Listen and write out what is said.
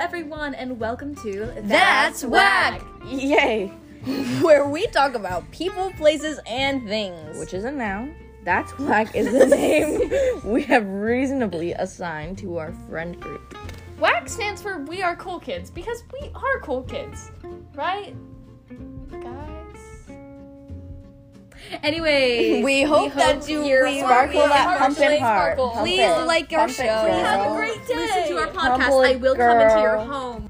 everyone, and welcome to That's Whack! Yay! Where we talk about people, places, and things. Which is a noun. That's Whack is the name we have reasonably assigned to our friend group. Whack stands for We Are Cool Kids because we are cool kids, right, guys? Anyway, We hope that you- we sparkle that pumpkin heart. Sparkle. Pump Please it. like our Pump it, show. girl. Have a great day. Listen to our podcast. Humble I will come into your girl. home.